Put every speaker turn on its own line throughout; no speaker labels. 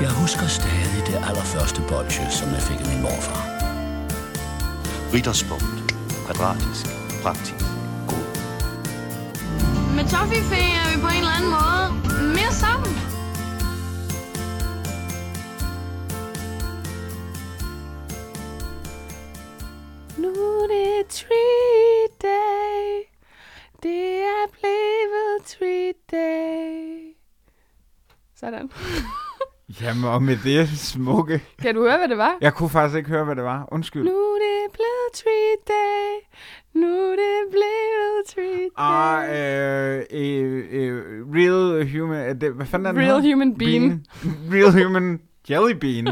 Jeg husker stadig det allerførste bolsje, som jeg fik af min morfar.
Ritterspunkt. Kvadratisk. Praktisk. God.
Med Toffifee er vi på en eller anden måde mere sammen.
Nu er det treat day. Det er blevet treat day. Sådan.
Jamen, og med det smukke.
Kan du høre, hvad det var?
Jeg kunne faktisk ikke høre, hvad det var. Undskyld.
Nu er det blevet treat day. Nu er det blevet treat day.
Og øh, øh, øh, real human... Øh, det, hvad fanden er den
Real
hedder?
human bean.
Real human jelly bean.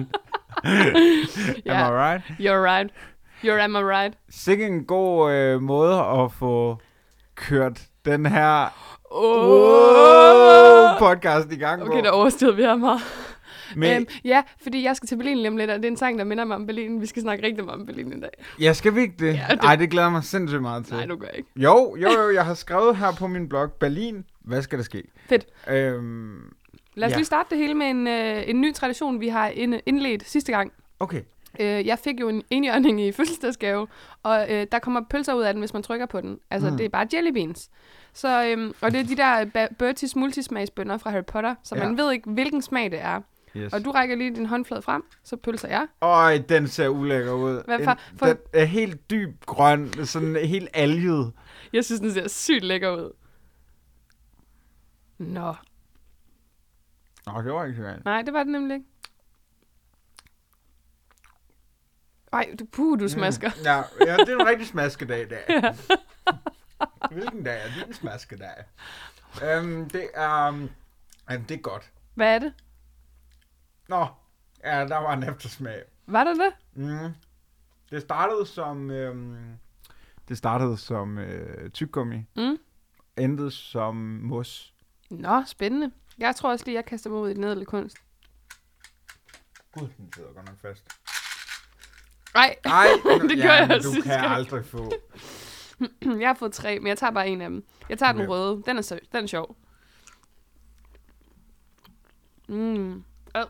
Am I right?
You're right. You're am I right.
Sikke en god øh, måde at få kørt den her
Oh.
wow, podcast i gang
Okay,
på.
der overstyrede vi ham her.
Men
Øhm, ja, fordi jeg skal til Berlin lige om lidt, og det er en sang, der minder mig om Berlin. Vi skal snakke rigtig meget om Berlin i dag.
jeg skal vi ikke det?
Ja,
Ja,
det-
det. Ej, det glæder jeg mig sindssygt meget til.
Nej, du gør ikke.
Jo, jo, jo, jeg har skrevet her på min blog, Berlin, hvad skal der ske?
Fedt.
Øhm,
Lad os
Ja.
lige starte det hele med en, øh, en ny tradition, vi har ind- indledt sidste gang.
okay,
Øh, jeg fik jo en enhjørning i fødselsdagsgave, og øh, der kommer pølser ud af den, hvis man trykker på den. Altså, mm. det er bare jelly beans. Så, øhm, og det er de der ba- Bertie's multismagsbønder fra Harry Potter, så
Ja.
man ved ikke, hvilken smag det er.
yes.
Og du rækker lige din håndflade frem, så pølser jeg.
Øj, den ser ulækker ud.
Hvad
En-
for- for-
Den er helt dyb grøn, sådan helt alget.
Jeg synes, den ser sygt lækker ud. Nå,
Nå, det var ikke så galt.
nej, det var det nemlig ikke. Ej, du, puh, du smasker. Mm.
Ja, ja, det er en rigtig smaskedag i dag. Hvilken dag er det en smaskedag? Øhm, det er... Um, det er godt.
Hvad er det?
Nå, ja, der var en eftersmag.
Var det det?
Mm. Det startede som... Øhm, det startede som øh, tyggegummi.
Mm.
Endte som mos.
Nå, spændende. Jeg tror også lige, jeg kaster mig ud i den ædle kunst.
Gud, den sidder godt nok fast.
Nej,
Nej,
Det gør jeg
du
sidste
kan
gang.
aldrig få.
jeg har fået tre, men jeg tager bare en af dem. Jeg tager den
Okay.
røde. Den er, sø- den er sjov. Mm. Ad,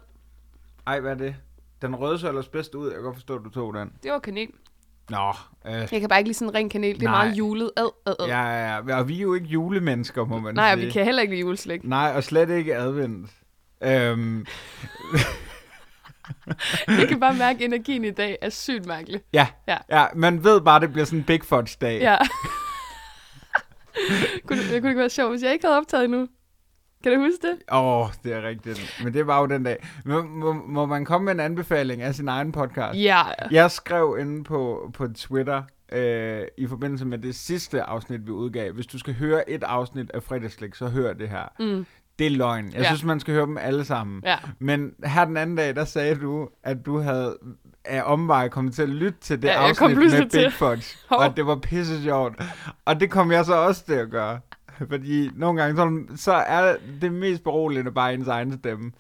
Ej, hvad er det? Den røde så ellers bedst ud. Jeg kan godt forstå, at du tog den.
det var kanel.
Nå, øh,
Jeg kan bare ikke lige sådan ren kanel. Det er
Nej.
meget julet. Ad, ad, ad. Ja,
ja, ja, ja. Og vi er jo ikke julemennesker, må man
Nej, og
sige.
vi kan heller ikke lide juleslæg.
Nej, og slet ikke advendt. Øhm,
Jeg kan bare mærke, at energien i dag er sygt mærkelig.
ja.
Ja.
ja, ja, man ved bare, det bliver sådan en Big Fudge-dag.
Ja. kunne, det, kunne det ikke være sjovt, hvis jeg ikke havde optaget endnu? Kan du huske det?
Åh, oh, det er rigtigt. Men det var jo den dag. Må, må, må man komme med en anbefaling af sin egen podcast?
Ja.
Jeg skrev inde på, på Twitter øh, i forbindelse med det sidste afsnit, vi udgav. Hvis du skal høre et afsnit af fredagslik, så hør det her.
Mm.
Det er løgn. Jeg
Ja.
ja. synes, man skal høre dem alle sammen.
Ja.
Men her den anden dag, der sagde du, at du havde af omveje kommet til at lytte til det
Ja,
ja,
jeg kom
afsnit
pludselig
med
til.
Big Fudge.
Hov.
Og det var pisse sjovt. Og det kom jeg så også til at gøre. Fordi nogle gange, så, så er det mest beroligende bare ens egen stemme.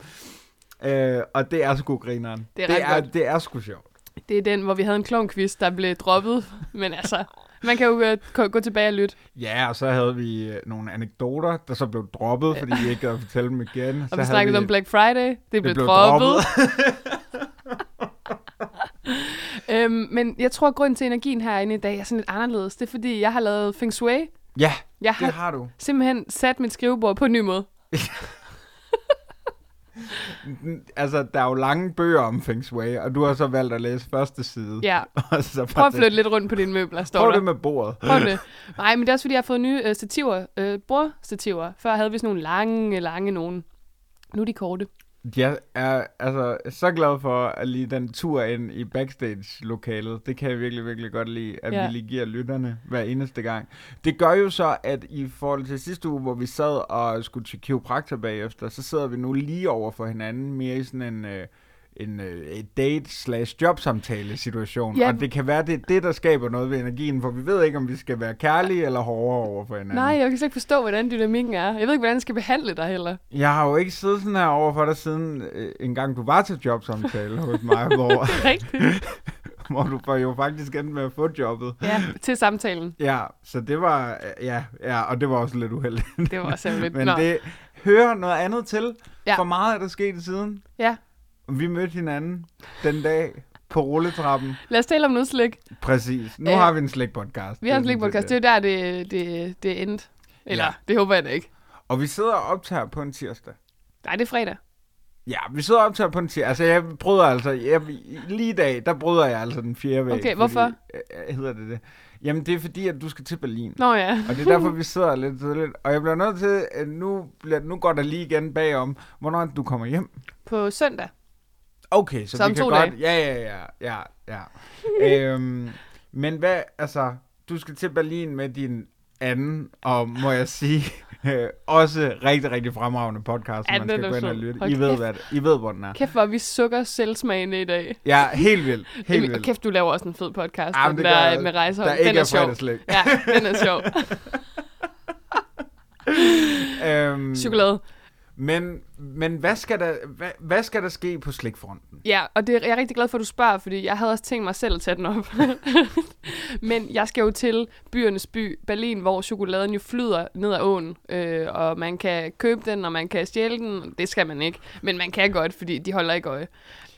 Øh, og det er sgu grineren.
Det er
det
ret
er,
godt.
det er sgu sjovt.
Det er den, hvor vi havde en klovnquiz, der blev droppet. Men altså, man kan jo øh, gå- gå tilbage og lytte.
Ja, og så havde vi øh, nogle anekdoter, der så blev droppet, fordi vi ikke gad at fortælle dem igen.
Og vi snakkede om Black Friday. Det, det blev,
blev
droppet.
droppet.
øhm, men jeg tror, at grunden til energien herinde i dag er sådan lidt anderledes. Det er, fordi jeg har lavet Feng Shui.
Ja,
Jeg
det
har
har du.
simpelthen sat mit skrivebord på en ny måde.
Altså, der er jo lange bøger om Feng Shui, og du har så valgt at læse første side.
Ja.
Og så bare
Prøv at
tænke,
flytte lidt rundt på dine møbler, står
Prøv
der.
det med bordet.
Prøv det. Nej, men det er også, fordi jeg har fået nye øh, stativer, øh, bordstativer. Før havde vi sådan nogle lange, lange nogen. Nu er de korte.
Jeg er altså så glad for at lige den tur ind i backstage-lokalet. Det kan jeg virkelig, virkelig godt lide, at
Ja.
ja. vi lige giver lytterne hver eneste gang. Det gør jo så, at i forhold til sidste uge, hvor vi sad og skulle til kiropraktor bagefter, så sidder vi nu lige over for hinanden mere i sådan en... Øh, en øh, date slash jobsamtale situation.
Ja.
Ja. Og det kan være, det er det, der skaber noget ved energien, for vi ved ikke, om vi skal være kærlige eller hårdere over for hinanden.
Nej, jeg kan slet ikke forstå, hvordan dynamikken er. Jeg ved ikke, hvordan jeg skal behandle dig heller.
Jeg har jo ikke siddet sådan her over for dig siden øh, en gang du var til jobsamtale hos mig, hvor,
Rigtigt.
hvor du var jo faktisk endte med at få jobbet.
Ja, til samtalen.
Ja, så det var, øh, ja, ja og det var også lidt uheldigt.
Det var også lidt.
Men
Nå.
det hører noget andet til.
Ja.
For meget er der sket siden.
Ja.
Vi mødte hinanden den dag på rulletrappen.
Lad os tale om noget slik.
Præcis. Nu
Øh,
har vi en slik-podcast.
Vi har en
Det er sådan set
slikpodcast. Det
det.
er jo der, det, det, det endte. Eller,
Ja.
ja. det håber jeg da ikke.
Og vi sidder og optager på en tirsdag.
Nej, det er fredag.
Ja, vi sidder og optager på en tirsdag. Altså, jeg bryder altså... Jeg, lige i dag, der bryder jeg altså den fjerde væg.
Okay, hvorfor?
Fordi, øh, hedder det det? Jamen, det er fordi, at du skal til Berlin.
Nå ja.
Og det er derfor, vi sidder lidt tidligt. Og jeg bliver nødt til... at Nu, bliver, nu går der lige igen bagom, hvornår er det, du kommer hjem.
På søndag.
Okay, så
Så om
vi kan
to
godt...
dage.
Ja, ja, ja, ja, ja. øhm, men hvad, altså, du skal til Berlin med din anden, og må jeg sige, øh, også rigtig, rigtig fremragende podcast, som
Ja,
man
den
skal
er
gå ind og
sød.
lytte.
Hold
I ved,
kæft.
hvad det, I ved, hvor den er.
Kæft, hvor vi sukker selvsmagende i dag.
Ja, helt vildt. Helt
Emil, og
vildt.
kæft, du laver også en fed podcast,
Ja, men
den
det
der
gør jeg.
øh, med rejsehold.
Der ikke
den
er
er, sjov.
fredagsslik.
Ja, den er sjov.
Øhm,
Chokolade.
men, men hvad skal der, hvad, hvad skal der ske på slikfronten?
Ja, og det, jeg er rigtig glad for, at du spørger, fordi jeg havde også tænkt mig selv at tage den op. Men jeg skal jo til byernes by, Berlin, hvor chokoladen jo flyder ned ad åen, øh, og man kan købe den, og man kan stjæle den. Det skal man ikke, men man kan godt, fordi de holder ikke øje.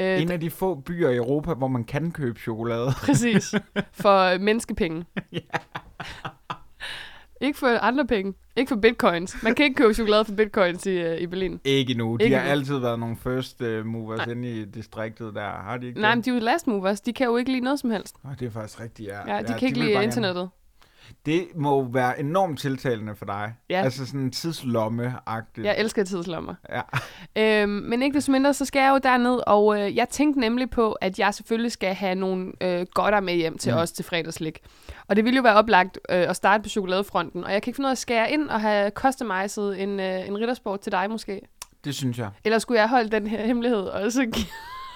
Øh,
En af de få byer i Europa, hvor man kan købe chokolade.
Præcis. For øh, menneskepenge. Ikke for andre penge. Ikke for bitcoins. Man kan ikke købe chokolade for bitcoins i, øh, i Berlin.
Ikke nu. De
Ikke
har
nu.
altid været nogle first øh, movers inde i distriktet der. Har de ikke
Nej,
det?
men de er jo last movers. De kan jo ikke lide noget som helst.
Oh, det er faktisk rigtigt, ja.
Ja, de kan ikke
vil
lide
bare
internettet.
Gerne. Det må jo være enormt tiltalende for dig.
Ja.
Altså sådan tidslomme-agtigt.
Jeg elsker tidslommer.
Ja.
Øhm, men ikke desto mindre, så skal jeg jo derned, og øh, jeg tænkte nemlig på, at jeg selvfølgelig skal have nogle øh, godter med hjem til mm. os til fredagslik. Og det ville jo være oplagt øh, at starte på chokoladefronten, og jeg kan ikke finde ud af, skal jeg ind og have customized en, øh, en riddersport til dig måske?
Det synes jeg.
Eller skulle jeg holde den her hemmelighed, og så,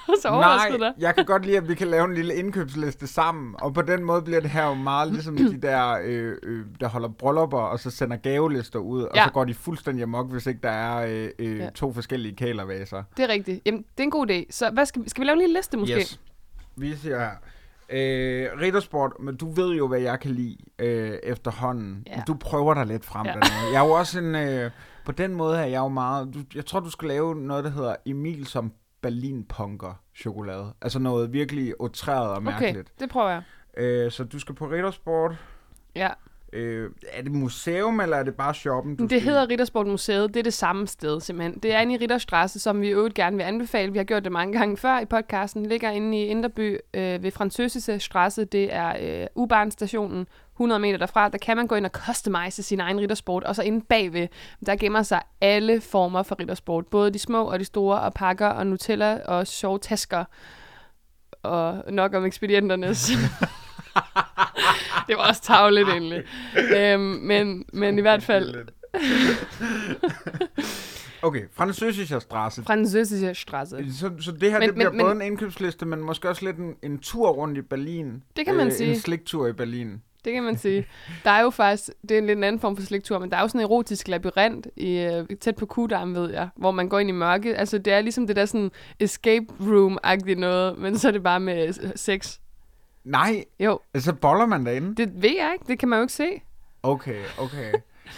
og så
Nej,
overraskede dig?
jeg kan godt lide, at vi kan lave en lille indkøbsliste sammen, og på den måde bliver det her jo meget ligesom de der, øh, øh, der holder bryllupper, og så sender gavelister ud, og
Ja.
så går de fuldstændig amok, hvis ikke der er øh, øh,
Ja.
to forskellige kælervaser.
Det er rigtigt. Jamen, det er en god idé. Så hvad skal, skal vi lave en lille liste måske?
Yes. Vi siger her. Øh, Riddersport, men du ved jo, hvad jeg kan lide øh, efterhånden.
Ja.
Men Du prøver dig lidt frem.
Ja.
Ja. Jeg er jo også en... Øh, på den måde er jeg jo meget... Du, jeg tror, du skal lave noget, der hedder Emil som Berlin-punker-chokolade. Altså noget virkelig otræret og
Okay,
mærkeligt.
det prøver jeg.
Okay. Øh, så du skal på Riddersport.
Ja.
Øh, er det museum, eller er det bare shoppen? Du
Men
skal
Det
i?
hedder Riddersportmuseet. Det er det samme sted, simpelthen. Det er inde i Ridderstrasse, som vi i øvrigt gerne vil anbefale. Vi har gjort det mange gange før i podcasten. Det ligger inde i Inderby øh, ved Fransøsese Strasse. Det er øh, U-bahnstationen. 100 meter derfra, der kan man gå ind og customize sin egen riddersport, og så inde bagved, der gemmer sig alle former for riddersport, både de små og de store, og pakker og Nutella og sjove tasker, og nok om ekspedienternes. det var også tavligt egentlig. Øhm, men, men i hvert fald,
Okay, Franzøsischer Straße.
Französische Straße.
Øh, Så, så det her
Men-
men, det bliver
men-
både
men-
en indkøbsliste, men måske også lidt en, en tur rundt i Berlin. Øh,
Det kan man sige.
En sliktur i Berlin.
Det kan man sige. Der er jo faktisk, det er en lidt en anden form for sliktur, men der er jo sådan en erotisk labyrint i, øh, tæt på Kudam, ved jeg, hvor man går ind i mørket. Altså, det er ligesom det der sådan escape room-agtigt noget, men så er det bare med øh, sex.
Nej,
Jo,
altså boller man derinde.
det ved jeg ikke. Det kan man jo ikke se.
Okay, okay.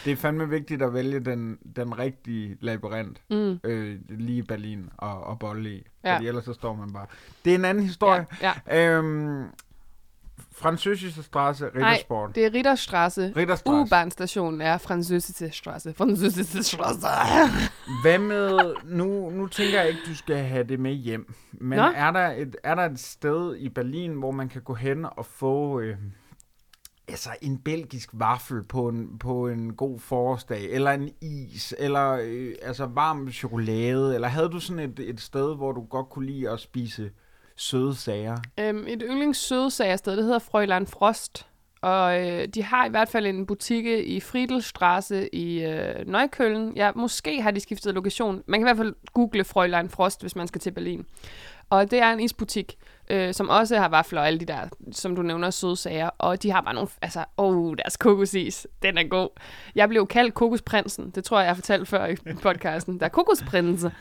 Det er fandme vigtigt at vælge den, den rigtige labyrint mm. øh, lige i Berlin og, og bolle i. Ja.
Ja.
Fordi ellers så står man bare. Det er en anden historie.
Ja,
Øhm, Franzøsische Straße, Riddersport.
Nej, det er Ridderstrasse.
Ridderstrasse.
U-bahnstationen er Französische Straße. Französische Straße.
Hvad med, nu, nu tænker jeg ikke, du skal have det med hjem, men
Nå.
er der, et, er der et sted i Berlin, hvor man kan gå hen og få øh, altså en belgisk vaffel på en, på en god forårsdag, eller en is, eller øh, altså varm chokolade, eller havde du sådan et, et sted, hvor du godt kunne lide at spise søde sager?
Øhm, et yndlings sødsagersted, det hedder Frøland Frost. Og øh, de har i hvert fald en butik i Friedelstrasse i øh, Neukölln. Ja, måske har de skiftet lokation. Man kan i hvert fald google Frøland Frost, hvis man skal til Berlin. Og det er en isbutik, øh, som også har vafler og alle de der, som du nævner, søde sager. Og de har bare nogle, altså, åh, oh, deres kokosis, den er god. Jeg blev kaldt kokosprinsen, det tror jeg, jeg har fortalt før i podcasten. Der er kokosprinse.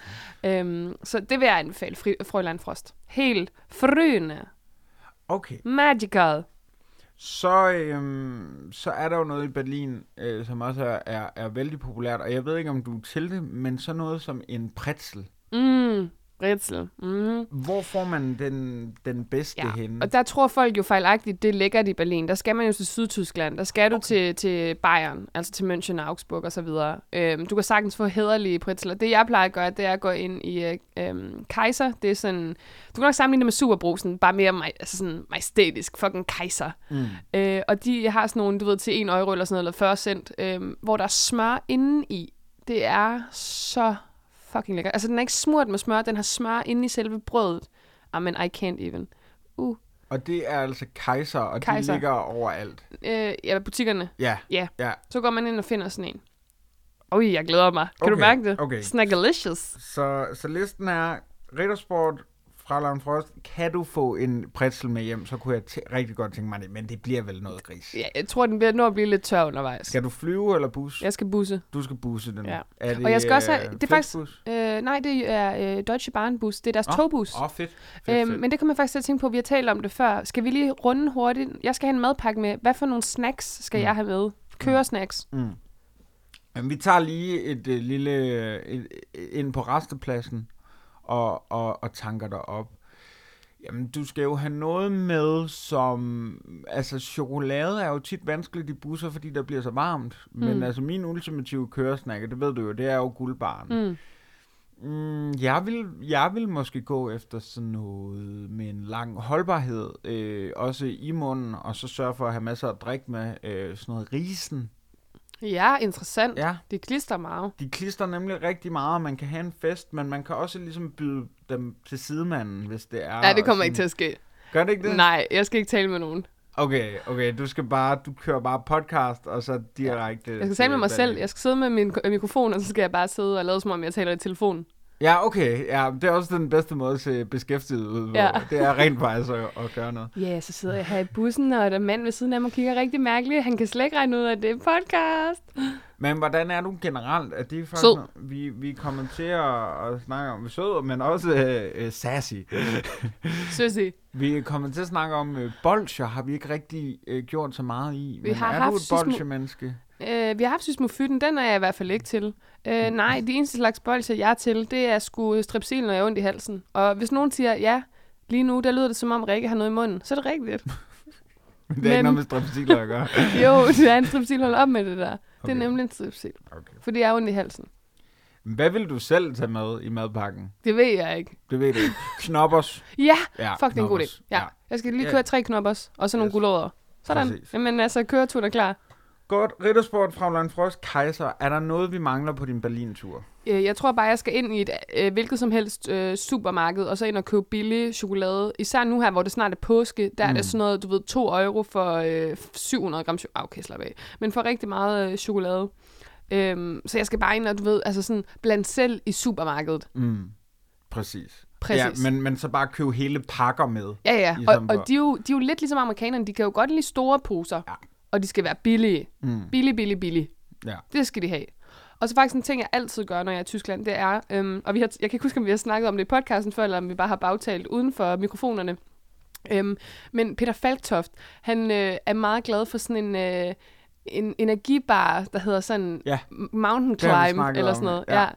Øhm, så det vil jeg anbefale, Fri- Frøland Frost. Helt frøende.
Okay,
Magical.
så, øhm, så er der jo noget i Berlin, øh, som også er, er, er vældig populært, og jeg ved ikke, om du er til det, men så noget som en pretzel.
Mm. Britzel. Mm.
Hvor får man den, den bedste ja, henne?
og der tror folk jo fejlagtigt, det er lækkert i Berlin. Der skal man jo til Sydtyskland, der skal okay. du til, til Bayern, altså til München, Augsburg osv. Øhm, du kan sagtens få hederlige pritzler. Det jeg plejer at gøre, det er at gå ind i øh, øhm, Kaiser. Det er sådan, du kan nok sammenligne det med Superbrusen, bare mere maj, altså sådan majestætisk, fucking Kaiser. Mm. Øh, og de har sådan nogle, du ved, til 1 euro eller sådan noget, eller 40 cent, øhm, hvor der er smør indeni. Det er så fucking lækker. Altså, den er ikke smurt med smør, den har smør inde i selve brødet. Ah, men I can't even. Uh,
Og det er altså kejser, og
Kaiser.
de ligger overalt.
øh, ja, butikkerne.
Ja,
Ja.
ja.
Så går man ind og finder sådan en. Oj, jeg glæder mig. Kan okay, du
Okay,
mærke det?
okay.
Snackalicious.
Så, så listen er Riddersport fra Land Frost. Kan du få en pretzel med hjem, så kunne jeg t- rigtig godt tænke mig det, men det bliver vel noget gris.
Ja, jeg tror, den bliver nå at blive lidt tør undervejs.
Skal du flyve eller bus?
Jeg skal busse.
Du skal busse den.
Ja.
Er det,
Og jeg skal også have-
øh,
det er faktisk-
Flixbus?
Øh, nej, det er øh, Deutsche Bahnbus. Det er deres
Nå,
togbus.
Åh, oh, fedt. fedt,
Øhm,
fedt.
men det kan man faktisk til at tænke på, vi har talt om det før. Skal vi lige runde hurtigt? Jeg skal have en madpakke med. Hvad for nogle snacks skal mm. jeg have med? Køresnacks. Mm.
Jamen, vi tager lige et øh, lille øh, et, øh, ind på restepladsen og, og, og tanker dig op. Jamen, du skal jo have noget med, som... Altså, chokolade er jo tit vanskeligt i busser, fordi der bliver så varmt. Mm. Men altså, min ultimative køresnack, og det ved du jo, det er jo guldbaren.
Mm.
Mm, jeg, vil, jeg vil måske gå efter sådan noget med en lang holdbarhed, øh, også i munden, og så sørge for at have masser af drik med. Øh, sådan noget risen.
Ja, interessant.
Ja.
Det klister meget.
De klister nemlig rigtig meget, og man kan have en fest, men man kan også ligesom byde dem til sidemanden, hvis det er.
Nej, det
og
kommer
sådan-
ikke til at ske.
Gør Ah, det ikke det?
Nej, jeg skal ikke tale med nogen.
Okay, okay, du skal bare, du kører bare podcast, og så direkte...
Jeg skal tale med mig
til-
selv. Jeg skal sidde med min øh, mikrofon, og så skal jeg bare sidde og lade som om, jeg taler i telefonen.
Ja, okay, ja, det er også den bedste måde til beskæftiget ud, ja.
Ja.
det er rent faktisk at, at gøre noget.
Ja, så sidder jeg her i bussen, og der er en mand ved siden af mig kigger rigtig mærkeligt. Han kan slet ikke regne ud, at det er en podcast.
Men hvordan er du generelt? Er det faktisk
Sød.
noget- Vi, vi kommer til at, at snakke om sød, men også øh, øh, sassy.
Søsig.
Vi kommer til at snakke om øh, bolcher, har vi ikke rigtig øh, gjort så meget i.
Vi
men
har
er
haft
du et
så små-
bolchemenneske?
Øh, vi har haft sysmofyten, den er jeg i hvert fald ikke til. Øh, nej, de eneste slags bolcher, jeg er til, det er sgu strepsil, når jeg er ondt i halsen. Og hvis nogen siger, ja, lige nu, der lyder det som om, Rikke har noget i munden, så er det rigtigt.
Det er Men... ikke
Men-
noget med strepsiler at gøre.
jo, det er en strepsil, hold op med det der. Okay. Det
Okay.
er nemlig en strepsil,
Okay.
fordi jeg er ondt i halsen.
Hvad vil du selv tage med i madpakken?
Det ved jeg ikke.
Det ved du ikke. Knoppers.
Ja,
Ja,
fuck, det er en god
knoppers.
idé. Ja.
Ja.
ja. Jeg skal lige
Ja.
køre tre knopper, og så nogle
Yes.
yes. gulerødder. Sådan.
Præcis.
Præcis. Jamen altså, køreturen er klar.
Godt. Riddersport, Fraglein Frost, Kaiser. Er der noget, vi mangler på din Berlin-tur?
Øh, Jeg tror bare, jeg skal ind i et øh, hvilket som helst øh, supermarked, og så ind og købe billig chokolade. Især nu her, hvor det snart er påske, der mm. er det sådan noget, du ved, 2 euro for øh, 700 gram chokolade. Ah, okay, slap af. Men for rigtig meget øh, chokolade. Øhm, så jeg skal bare ind og, du ved, altså sådan, blandt selv i supermarkedet.
Mm. Præcis.
Præcis.
Ja, men, men så bare købe hele pakker med.
Ja, ja.
I
Og,
stedet for-
og de, er jo, de er jo lidt ligesom amerikanerne, de kan jo godt lide store poser.
Ja.
Og de skal være billige.
Mm.
Billig, billig, billig.
Ja.
Det skal de have. Og så faktisk en ting, jeg altid gør, når jeg er i Tyskland, det er, øhm, og vi har, jeg kan ikke huske, om vi har snakket om det i podcasten før, eller om vi bare har bagtalt uden for mikrofonerne. Øhm, men Peter Falktoft, han øh, er meget glad for sådan en, øh, en energibar, der hedder sådan
Ja.
M- Mountain
Det har vi
Climb,
snakket
eller
om,
sådan noget.
ja.
Ja.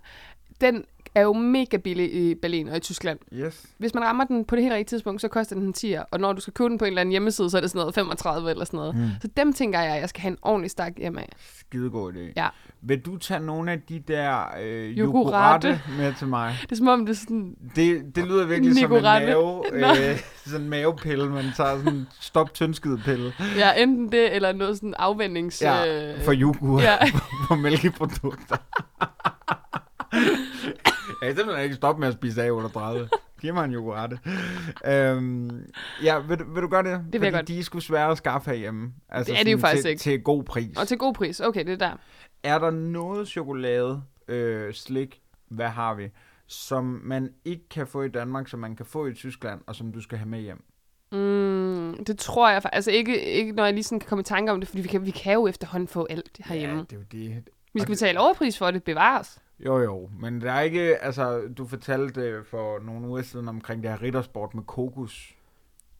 Den er jo mega billig i Berlin og i Tyskland.
Yes.
Hvis man rammer den på det helt rigtige tidspunkt, så koster den en 10'er, og når du skal købe den på en eller anden hjemmeside, så er det sådan noget 35 eller sådan noget. Mm. Så dem tænker jeg, at jeg skal have en ordentlig stak hjemme af.
Skidegod idé.
Ja.
Vil du tage nogle af de der øh,
Yogurate.
yogurate med til mig?
Det er som om, det er sådan
Det, det lyder virkelig
Nicorette.
som en
Nå.
mave, øh, sådan en mavepille, man tager sådan en stop tyndskidepille
Ja, enten det, eller noget sådan afvendings...
ja,
øh,
for yoghurt.
ja.
på mælkeprodukter. jeg kan simpelthen ikke stoppe med at spise af under 30. Giv mig en yoghurte. Øhm, ja, vil, du- vil du gøre det? Det
vil jeg
Fordi
godt.
de er sgu svære at skaffe herhjemme. Altså
Det er de jo
sådan
faktisk
til,
ikke.
Til god pris.
Og til god pris. Okay, det er der.
Er der noget chokolade, øh, slik, hvad har vi, som man ikke kan få i Danmark, som man kan få i Tyskland, og som du skal have med hjem?
Mm, det tror jeg faktisk. Altså ikke, ikke, når jeg lige sådan kan komme i tanke om det, fordi vi kan, vi kan jo efterhånden få alt herhjemme.
Ja,
Ja,
det er jo det.
vi skal
og det-
betale overpris for det, bevares.
Jo, jo, men der er ikke, altså, du fortalte øh, for nogle uger siden omkring det her riddersport med kokos.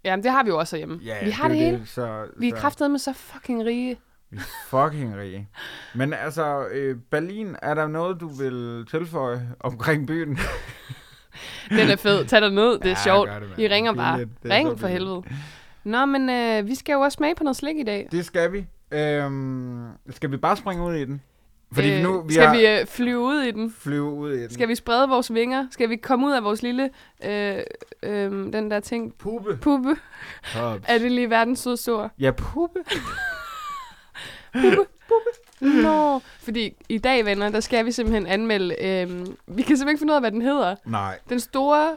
Jamen, det har vi jo også herhjemme. vi har det,
er jo
hele.
Så,
Vi er
så-
kraftedeme med så fucking rige.
Vi er fucking rige. Men altså, øh, Berlin, er der noget, du vil tilføje omkring byen?
Den er fed. Tag dig ned. Det er
Ja,
sjovt.
gør det, mand.
I ringer
Det er
bare.
lidt- det er så
Ring for
billigt.
helvede. Nå, men øh, vi skal jo også smage på noget slik i dag.
Det skal vi. Øhm, skal vi bare springe ud i den? Fordi øh,
Øh,
nu vi
skal
har
vi øh, flyve ud i den?
flyve ud i den.
Skal vi sprede vores vinger? Skal vi komme ud af vores lille, øh, øh, den der ting,
Puppe.
puppe?
Hops.
Er det lige verdens sødeste ord?
Ja, puppe. Mm.
Nå, fordi i dag, venner, der skal vi simpelthen anmelde, øh, vi kan simpelthen ikke finde ud af, hvad den hedder.
Nej.
Den store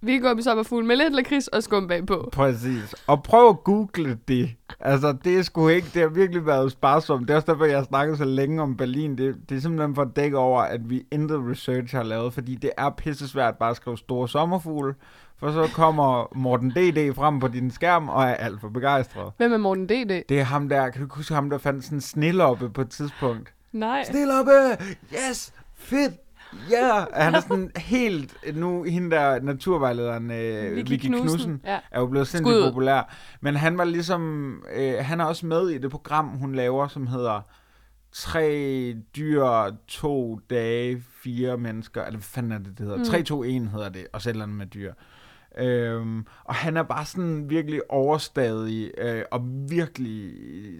vingummistopperfugl med lidt lakrids og skum bagpå.
Præcis. Og prøv at google det. Altså, det er sgu ikke, det har virkelig været sparsomt. Det er også derfor, jeg har snakket så længe om Berlin. Det, det er simpelthen for at dække over, at vi intet research har lavet, fordi det er pissesvært bare at skrive store sommerfugle, for så kommer Morten D.D. frem på din skærm og er alt for begejstret.
Hvem er Morten D.D.?
Det er ham der, kan du huske ham, der fandt sådan en sneloppe på et tidspunkt?
Nej.
Sneloppe! øh. Yes! Fedt! Ja! Yeah! Han er sådan helt, nu hende der naturvejlederen, øh, Vicky, Knudsen, Knudsen
Ja.
er jo blevet sindssygt
Skud ud.
populær. Men han var ligesom, øh, han er også med i det program, hun laver, som hedder Tre dyr, to dage, fire mennesker. Eller hvad fanden er det, det hedder? Mm. 3, 2, 1 hedder det, og så et eller andet med dyr. Øhm, og han er bare sådan virkelig overstadig øh, og virkelig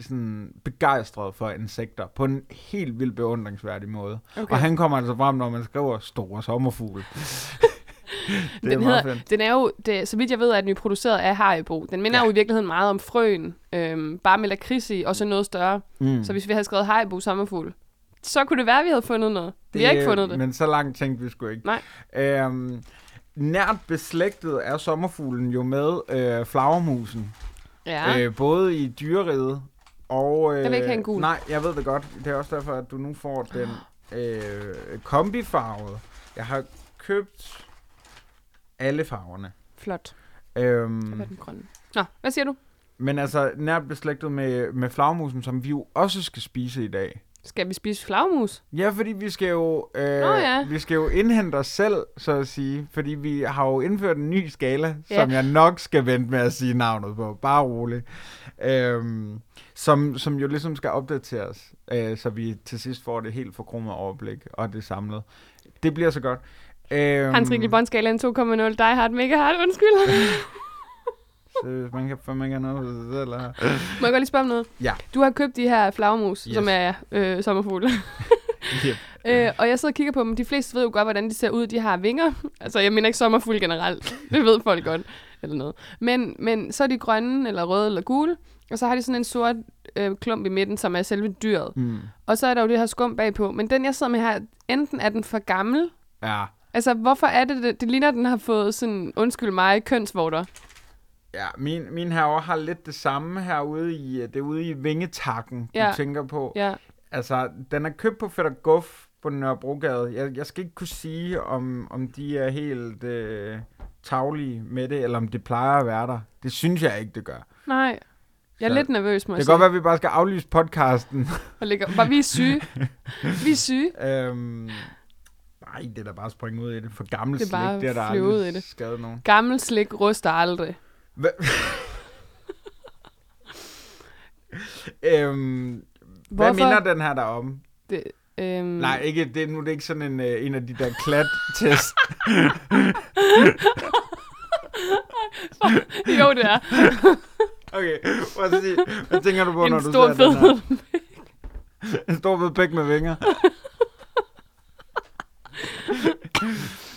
sådan begejstret for insekter på en helt vildt beundringsværdig måde. Okay.
Okay.
Og han kommer altså frem, når man skriver store sommerfugle. det er
den,
meget fedt.
den er jo, det, så vidt jeg ved, er den jo produceret af Haribo. Den minder ja. jo i virkeligheden meget om frøen, øhm, bare med lakrids i, og så noget større.
Mm.
Mm. Så hvis vi havde skrevet Haribo sommerfugl, så kunne det være, at vi havde fundet noget. vi har ikke fundet det.
øh, Men så langt tænkte vi sgu ikke.
Nej.
Øhm, nært beslægtet er sommerfuglen jo med øh, flagermusen.
Ja.
Øh, både i dyreriget og... Øh,
Jeg vil ikke have en gul.
Nej, jeg ved det godt. Det er også derfor, at du nu får den øh, kombifarvet. Jeg har købt alle farverne.
Flot. Hvad er
Øhm,
den grønne? Nå, hvad siger du?
men altså, nært beslægtet med, med flagermusen, som vi jo også skal spise i dag.
Skal vi spise flagmus?
Ja, fordi vi skal jo, øh,
ja.
vi skal jo indhente os selv, så at sige. Fordi vi har jo indført en ny skala, ja.
Ja.
som jeg nok skal vente med at sige navnet på. Bare rolig. Øhm, som, som jo ligesom skal opdateres, øh, så vi til sidst får det helt forkrummede overblik og det samlede. Det bliver så godt. Øhm,
Hans Rikkel Bondskalaen 2,0, Die Hard, Mega Hard, undskyld.
så hvis man kan få mig noget ud af det, eller...
Må jeg godt lige spørge om noget?
Ja.
Du har købt de her flagmus,
Yes.
yes. som er øh, sommerfugle.
Yep.
Øh, og jeg sidder og kigger på dem. De fleste ved jo godt, hvordan de ser ud. De har vinger. Altså, jeg mener ikke sommerfugl generelt. Det ved folk godt. Eller noget. Men, men så er de grønne, eller røde, eller gule. Og så har de sådan en sort øh, klump i midten, som er selve dyret.
Mm,
Og så er der jo det her skum bagpå. Men den, jeg sidder med her, enten er den for gammel.
ja,
Altså, hvorfor er det, det, det ligner, at den har fået sådan, undskyld mig, kønsvorter.
ja, min, min herovre har lidt det samme herude i, øh, det er ude i vingetakken, ja.
Ja.
du tænker på.
Ja.
Altså, den er købt på Fætter Guff på Nørrebrogade. Jeg, jeg skal ikke kunne sige, om, om de er helt øh, taglige med det, eller om det plejer at være der. Det synes jeg ikke, det gør.
Nej. Jeg er
Så-
lidt nervøs, må jeg
Det
sige.
kan godt være, at vi bare skal aflyse podcasten.
Og ligger, bare, vi er syge. vi er syge.
øhm, nej, det er da bare at springe ud i det. For gammel
Det er
slik,
bare
det er der
at flyve ud i
aldrig
det.
skadet nogen.
Gammel slik ruster aldrig.
Hva? øhm, hvad
Hvorfor?
minder den her der om? Mm.
Det, øhm,
Nej, ikke, det, er- nu er det ikke sådan en, øh, en af de der klat-test.
Jo, det er.
Okay, prøv at sige, hvad tænker du på, når
en
du
stor
ser den her?
fed.
En stor fed pæk med vinger.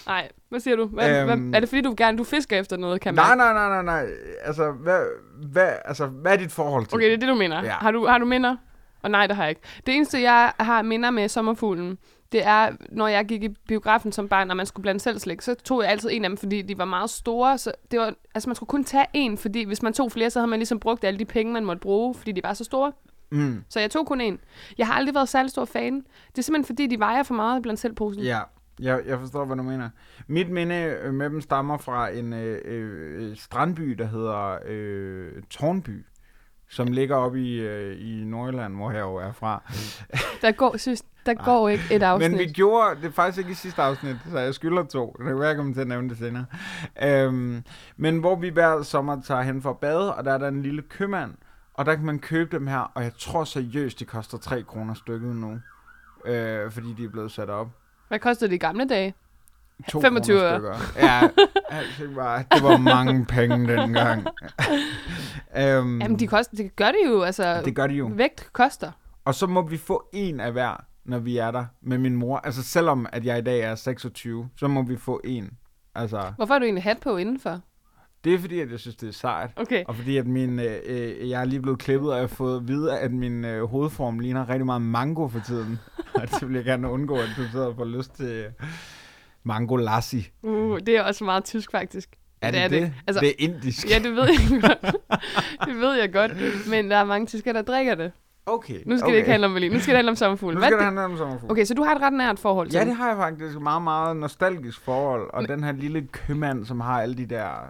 Nej, hvad siger du? Hvad,
Øhm.
øhm, hvad, er det fordi, du gerne du fisker efter noget, kan man?
Nej, nej, nej, nej, nej. Altså, hvad, hvad, altså, hvad er dit forhold til
Okay, det er det, du mener.
Ja.
Ja. Har, du, har du minder? Og nej, det har jeg ikke. Det eneste, jeg har minder med sommerfuglen, det er, når jeg gik i biografen som barn, og man skulle blande selv slik, så tog jeg altid en af dem, fordi de var meget store. Så det var, altså, man skulle kun tage en, fordi hvis man tog flere, så havde man ligesom brugt alle de penge, man måtte bruge, fordi de var så store.
Mm,
Så jeg tog kun en. Jeg har aldrig været særlig stor fan. Det er simpelthen, fordi de vejer for meget blandt selv posen.
ja, jeg, jeg forstår, hvad du mener. Mit minde øh, med dem stammer fra en øh, øh, strandby, der hedder øh, Tornby, som ligger oppe i, øh, i Nordjylland, hvor jeg jo er fra.
Der går, synes, der går ikke et afsnit.
Men vi gjorde det faktisk ikke i sidste afsnit, så jeg skylder to. Det kan være, jeg kommer til at nævne det senere. Øhm, men hvor vi hver sommer tager hen for at bade, og der er der en lille købmand, og der kan man købe dem her, og jeg tror seriøst, de koster 3 kroner stykket nu. Øh, fordi de er blevet sat op. Mm.
Hvad kostede det i gamle dage?
To
25
kroner
øre.
stykker. Ja, altså, det, var, det var mange penge dengang. øhm,
Jamen, de, koster, de gør det jo, altså...
det gør de jo.
Vægt koster.
Og så må vi få en af hver, når vi er der med min mor. Altså selvom at jeg i dag er 26, så må vi få en. Altså,
Hvorfor har du egentlig hat på indenfor?
det er fordi, at jeg synes, det er sejt.
Okay.
Og fordi at min, øh, øh, jeg er lige blevet klippet, og jeg har fået at vide, at min øh, hovedform ligner rigtig meget mango for tiden. og det vil jeg gerne undgå, at du sidder og får lyst til øh, mango lassi.
Uh, det er også meget tysk, faktisk.
Er det det? Det, altså, det er indisk.
Ja, det ved jeg godt. det ved jeg godt. Men der er mange tyskere, der drikker det.
Okay.
Nu skal okay.
okay.
det ikke handle om Berlin. Nu skal det handle om sommerfugle.
Nu
Hvad
skal det
er det?
handle om sommerfugl.
Okay, så du har et ret nært forhold til
Ja, det
den.
har jeg faktisk et meget, meget nostalgisk forhold. Og Men... den her lille købmand, som har alle de der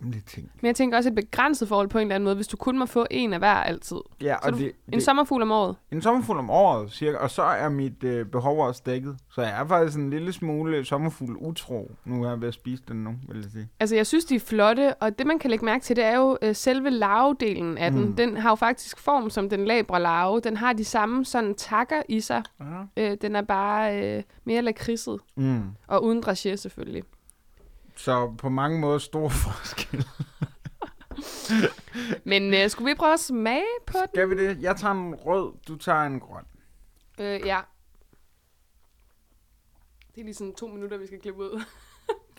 gamle ting.
Men jeg tænker også et begrænset forhold på en eller anden måde, hvis du kun må få en af hver altid.
Ja,
Så
og
du-
det,
En
det,
sommerfugl om året.
en sommerfugl om året, cirka. Og så er mit øh, behov også dækket. Så jeg er faktisk en lille smule sommerfugl utro. Nu er jeg ved at spise den nu, vil jeg sige.
Altså, jeg synes, de er flotte, og det, man kan lægge mærke til, det er jo øh, selve larvedelen af den.
Mm.
Den har jo faktisk form som den labre larve. Den har de samme sådan takker i sig.
Ja.
Øh, den er bare øh, mere lakridset,
Mm.
og uden dragé selvfølgelig.
Så på mange måder stor forskel.
Men øh, skulle vi prøve at smage på den?
Skal vi det? Jeg tager en rød, du tager en grøn.
Øh, ja. Det er lige sådan to minutter, vi skal klippe ud.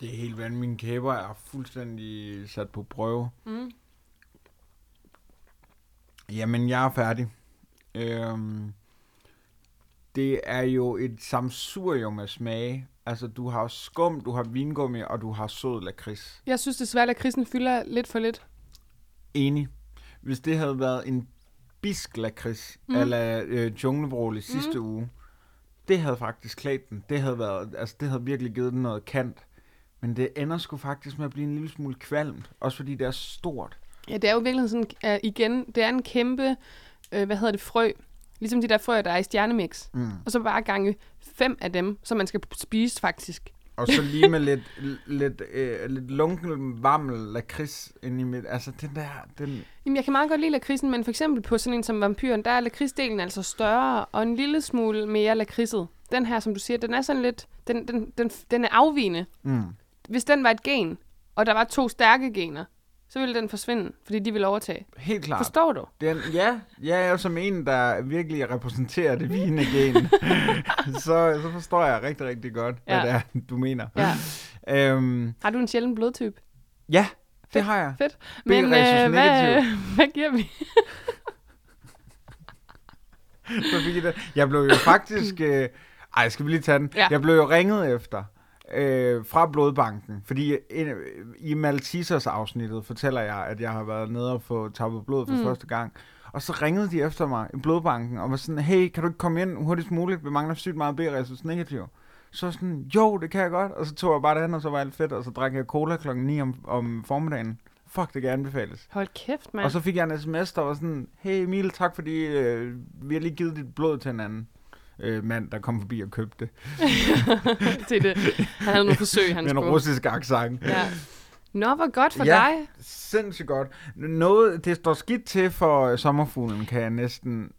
Det er helt vanvittigt. Mine kæber er fuldstændig sat på prøve.
Mm.
Jamen, jeg er færdig. Øhm, det er jo et samsurium af smage. Altså, du har skum, du har vingummi, og du har sød lakrids.
Jeg synes desværre, at krisen fylder lidt for lidt.
Enig. Hvis det havde været en bisk lakrids, mm.
Mm.
eller øh, junglebrolle sidste uge, det havde faktisk klædt den. Det havde, været, altså, det havde virkelig givet den noget kant. Men det ender sgu faktisk med at blive en lille smule kvalmt. Også fordi det er stort.
Ja, det er jo virkelig sådan, uh, igen, det er en kæmpe, øh, hvad hedder det, frø. Ligesom de der frøer, der er i stjernemix.
Mm.
Og så bare gange fem af dem, som man skal spise faktisk.
Og så lige med lidt, lidt, øh, lidt lunken vammel lakrids ind i midt. Altså, den der... Den,
Jamen, jeg kan meget godt lide lakrisen, men for eksempel på sådan en som vampyren, der er lakridsdelen altså større og en lille smule mere lakridset. Den her, som du siger, den er sådan lidt, den, den, den, den er afvigende.
mm.
Hvis den var et gen, og der var to stærke gener, så ville den forsvinde, fordi de ville overtage.
Helt klart.
Forstår du?
Den, ja, jeg er jo som en, der virkelig repræsenterer det vigende gen. så, så forstår jeg rigtig, rigtig godt, hvad
Ja.
det er, du mener.
Ja.
Øhm,
Har du en sjælden blodtype?
ja, det
Fedt.
har jeg.
Fedt.
B-rhesus
Men øh, hvad,
negativ.
hvad giver vi?
Så fik jeg, det. jeg blev jo faktisk... Øh, ej, skal vi lige tage den?
Ja.
Jeg blev jo ringet efter øh, fra Blodbanken, fordi i, i Maltesers afsnittet fortæller jeg, at jeg har været nede og få tappet blod for mm. første gang. Og så ringede de efter mig i Blodbanken og var sådan, hey, kan du ikke komme ind hurtigst muligt? Vi mangler sygt meget B-resus negativ. Så var jeg sådan, jo, det kan jeg godt. Og så tog jeg bare derhen, og så var alt fedt, og så drak jeg cola klokken 9 om, om formiddagen. Fuck, det kan anbefales.
Hold kæft,
Ja.
mand.
Og så fik jeg en sms, der var sådan, hey Emil, tak fordi øh, vi har lige givet dit blod til en anden øh, mand, der kom forbi og købte det.
til det. Han havde nogle forsøg, han
Med en
skulle.
russisk accent.
Ja. Nå, hvor godt for
Ja.
ja. dig.
Sindssygt godt. Noget, det står skidt til for øh, sommerfuglen, kan jeg næsten...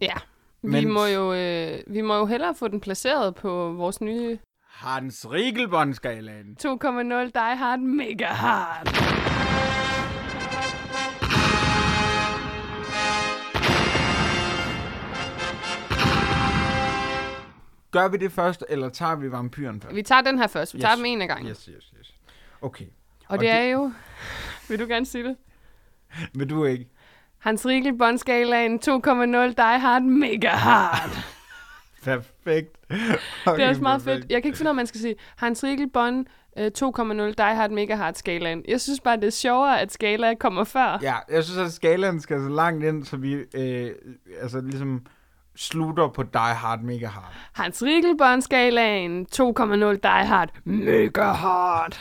Ja. Vi,
Men-
må jo, øh, vi må jo hellere få den placeret på vores nye
Hans Riegelbåndskalaen.
2.0 Die Hard Mega Hard.
Gør vi det først, eller tager vi vampyren først?
Vi tager den her først. Vi tager
Yes.
dem en af gangen.
Yes, yes, yes. Okay.
Og det er jo... Vil du gerne sige det?
Vil du ikke?
Hans Riegel Bondskalaen 2.0 Die Hard Mega Hard.
Perfekt.
Det er også meget fedt. Jeg kan ikke finde ud af, om man skal sige Hans Riegel Bond øh, 2.0 Die Hard Mega Hard skalaen. Jeg synes bare, det er sjovere, at skala kommer før.
Ja, jeg synes, at skalaen skal så langt ind, så vi øh, altså ligesom slutter på Die Hard Mega Hard.
Hans Riegelbåndskalaen 2.0 Die Hard Mega Hard.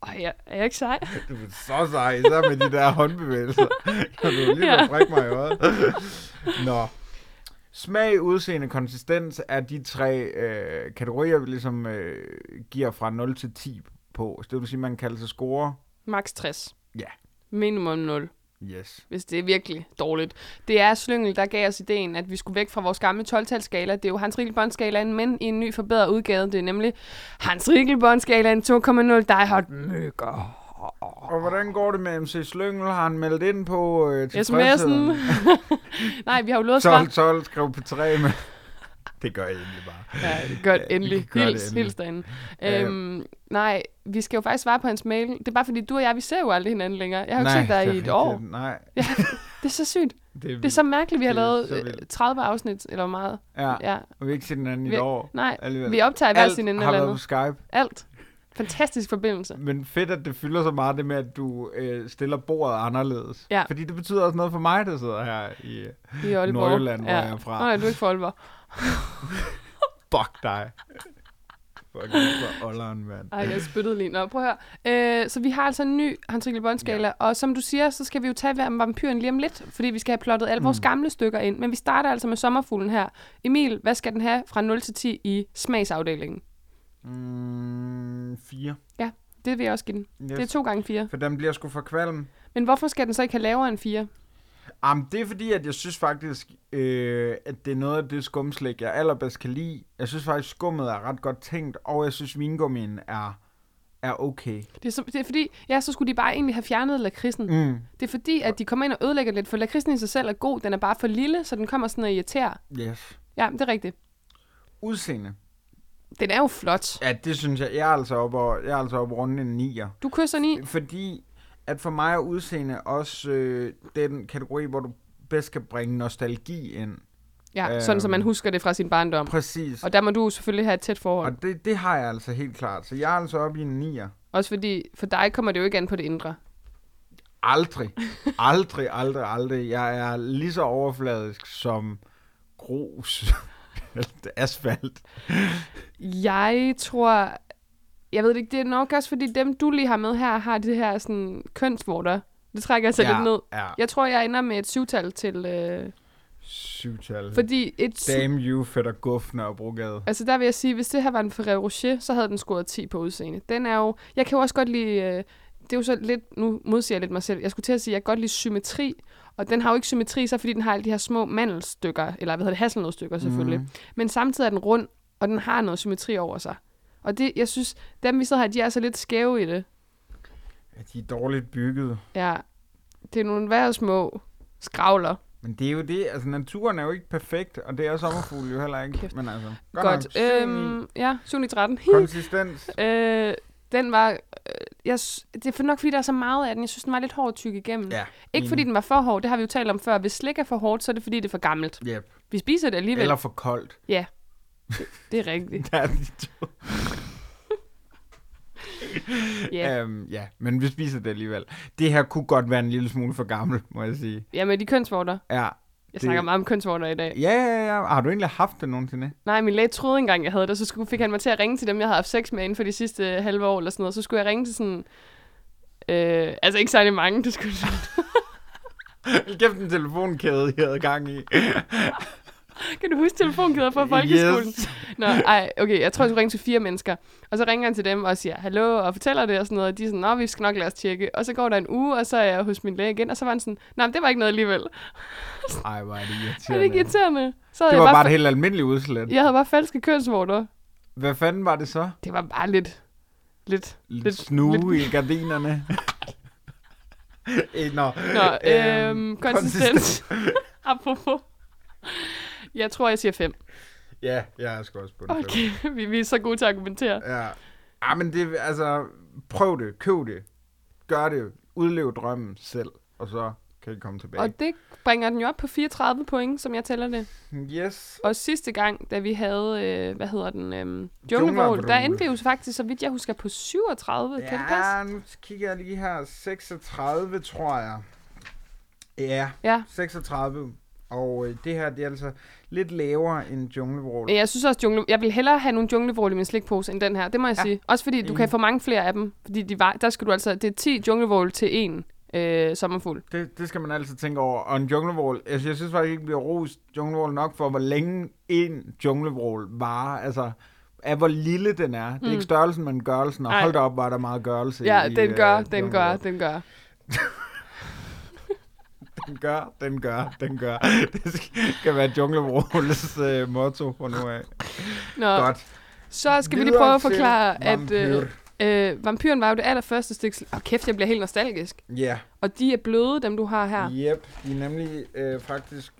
Og jeg, er jeg ikke sej?
Du er så sej, især med de der håndbevægelser. Jeg vil lige ja.
Ja.
brække mig i øjet. Nå. Smag, udseende, konsistens er de tre øh, kategorier, vi ligesom øh, giver fra 0 til 10 på. Så det vil sige, man kan altså score.
Max 60.
Ja.
Minimum 0.
Yes.
hvis det er virkelig dårligt. Det er Slyngel, der gav os ideen, at vi skulle væk fra vores gamle 12-talsskala. Det er jo Hans Rikkelbånd-skalaen, men i en ny forbedret udgave. Det er nemlig Hans Rikkelbånd-skalaen 2.0 Die Hard Møger.
Og hvordan går det med MC Slyngel? Har han meldt ind på øh, tilfredsheden?
SMS'en. Nej, vi har jo lovet svar.
12, 12, skriv på 3 med. Det gør jeg egentlig bare.
Ja, gør det endelig.
Gør det
hils,
endelig.
hils derinde.
Ja.
Øhm, nej, vi skal jo faktisk svare på hans mail. Det er bare fordi, du og jeg, vi ser jo aldrig hinanden længere. Jeg har jo ikke set
det er
dig i et
rigtigt.
år.
Nej,
Det er så sygt.
det er,
Det er så mærkeligt, vi har
Det er
lavet
så
øh,
vildt.
30 afsnit, eller hvor meget.
Ja,
Ja.
og vi har ikke set hinanden i
Vi-
et år.
Nej,
Alligevel.
vi optager i hver
Alt
sin ende
har
eller
været på
andet.
Skype.
Alt. Fantastisk forbindelse.
Men fedt, at det fylder så meget det med, at du øh, stiller bordet anderledes.
Ja.
Fordi det betyder også noget for mig, der sidder her i... øh,
I Aalborg.
Nordjylland, hvor jeg er fra.
Nå, nej, du er ikke fra Aalborg.
Fuck dig. Fuck for olderen, mand.
Ej, jeg spyttede lige. Nå, prøv at høre. Øh, så vi har altså en ny Hans Rikkelbåndskala, ja. og som du siger, så skal vi jo tage hver om vampyren lige om lidt, fordi vi skal have plottet alle
Mm.
vores gamle stykker ind. Men vi starter altså med sommerfuglen her. Emil, hvad skal den have fra 0 til 10 i smagsafdelingen?
Mm, fire.
Ja, det vil jeg også give den.
Yes.
Det er to gange fire.
For den bliver sgu for kvalm.
Men hvorfor skal den så ikke have lavere end fire?
Jamen, det er fordi, at jeg synes faktisk, øh, at det er noget af det skumslik, jeg allerbedst kan lide. Jeg synes faktisk, skummet er ret godt tænkt, og jeg synes, vingummien er, er okay.
Det er, så, det er fordi, ja, så skulle de bare egentlig have fjernet lakridsen.
Mm.
Det er fordi, at de kommer ind og ødelægger lidt, for lakridsen i sig selv er god, den er bare for lille, så den kommer sådan og irriterer.
Yes.
Ja, det er rigtigt.
Udseende.
Den er jo flot.
Ja, det synes jeg. Jeg er altså oppe, og, jeg er altså oppe rundt en nier.
Du kysser i.
Fordi at for mig er udseende også øh, den kategori, hvor du bedst kan bringe nostalgi ind.
Ja, øhm. sådan som man
Øhm.
husker det fra sin barndom.
Præcis.
Og der må du jo selvfølgelig have et tæt forhold.
Og det, det har jeg altså helt klart. Så jeg er altså oppe i en nier.
Også fordi, for dig kommer det jo ikke an på det indre.
Aldrig, aldrig, aldrig, aldrig. Jeg er lige så overfladisk som grus. Asfalt.
Jeg tror... Jeg ved det ikke, det er nok også fordi dem, du lige har med her, har det her sådan kønsvorter. Det trækker altså ja. lidt ned.
Ja,
Jeg tror, jeg ender med et syvtal til... Øh,
syvtal.
fordi et... Sy-
Damn you, fætter guf, Nørrebrogade.
altså der vil jeg sige, hvis det her var en Ferrero Rocher, så havde den scoret 10 på udseende. Den er jo... Jeg kan jo også godt lide... Øh, det er jo så lidt... Nu modsiger jeg lidt mig selv. Jeg skulle til at sige, at jeg kan godt lide symmetri. Og den har jo ikke symmetri, så fordi den har alle de her små mandelstykker, eller hvad hedder det, hasselnødstykker selvfølgelig. Mm. Men samtidig er den rund, og den har noget symmetri over sig. Og det, jeg synes, dem vi sidder her, de er så lidt skæve i det.
Ja, de er dårligt bygget.
Ja, det er nogle værre små skravler.
Men det er jo det, altså naturen er jo ikke perfekt, og det er sommerfugle jo heller ikke.
Kæft.
Men altså, godt,
Godt.
nok. Øhm...
øhm, ja, 7 i 13.
Konsistens.
øh, den var... Øh, jeg, s- det er for- nok, fordi der er så meget af den. Jeg synes, den var lidt hård at tykke igennem.
Ja,
ikke fordi den var for hård, det har vi jo talt om før. Hvis slik er for hårdt, så er det fordi, det er for gammelt.
Yep.
Vi spiser det alligevel.
Eller for koldt.
Ja, det, det er rigtigt.
Der er de to.
Ja.
Ja. Øhm, ja, men vi spiser det alligevel. Det her kunne godt være en lille smule for gammelt, må jeg sige.
Ja, med de kønsvorter.
Ja.
Jeg snakker meget om kønsvorter i dag.
Ja, ja, ja. Har du egentlig haft det nogensinde?
Nej, min læge troede engang, jeg havde det, og så skulle, fik han mig til at ringe til dem, jeg havde haft sex med inden for de sidste halve år eller sådan noget. Så skulle jeg ringe til sådan... Øh, altså ikke særlig mange, det skulle
Hold kæft en telefonkæde, jeg havde gang i.
Kan du huske telefonkæder fra folkeskolen?
Yes.
Nå, ej, okay, jeg tror, jeg skulle ringe til fire mennesker. Og så ringer han til dem og siger, hallo, og fortæller det og sådan noget. Og de er sådan, nå, vi skal nok lade os tjekke. Og så går der en uge, og så er jeg hos min læge igen. Og så var han sådan, nej, men det var ikke noget alligevel.
Ej, hvor er det
Det
irriterende.
er ikke irriterende. Så havde
det
jeg,
var
bare,
bare et helt almindeligt udslæt.
jeg havde bare falske kønsvorter.
Hvad fanden var det så?
Det var bare lidt... Lidt...
Lidt snue i gardinerne. Eh, Nå,
Nå, øhm, konsistens. Apropos. Jeg tror, jeg siger 5.
Ja, jeg er sgu også på den femmer.
Okay, vi, vi er så gode til at argumentere.
Ja. ja, men det altså, prøv det, køb det, gør det, udlev drømmen selv, og så kan I komme tilbage.
Og det bringer den jo op på 34 point, som jeg tæller det.
Yes.
Og sidste gang, da vi havde, øh, hvad hedder den, øh,
Junglevogl.
Junglevogl, der endte vi jo faktisk, så vidt jeg husker, på 37. Kan det passe?
Ja, nu kigger jeg lige her. 36, tror jeg. Ja,
Ja.
36. Og øh, det her, det er altså lidt lavere end junglevrål.
Men jeg synes også, jungle... jeg vil hellere have nogle junglevål i min slikpose, end den her. Det må jeg ja. sige. Også fordi, du
Enig.
kan få mange flere af dem. Fordi de var... der skal du altså... Det er 10 junglevål til en øh, sommerfugl.
Det, det skal man altid tænke over. Og en junglevrål, altså, jeg synes faktisk ikke, vi har rost junglevrål nok for, hvor længe en junglevrål varer. Altså, af hvor lille den er. Det er
Mm.
ikke størrelsen, men gørelsen. Og
Ej.
hold da op, var der meget gørelse
Ja,
i
den
øh,
gør, den gør,
junglevrål.
den gør.
den gør, den gør, den gør. Det skal være Junglebrolles øh, motto fra nu af.
Nå,
Godt.
så skal vi lige
Videre
prøve at
til
forklare, at
vampyr.
øh, øh, vampyren var jo det allerførste stik... Åh, kæft, jeg bliver helt nostalgisk.
Ja,
Og de er bløde, dem du har her.
yep. De er nemlig øh, faktisk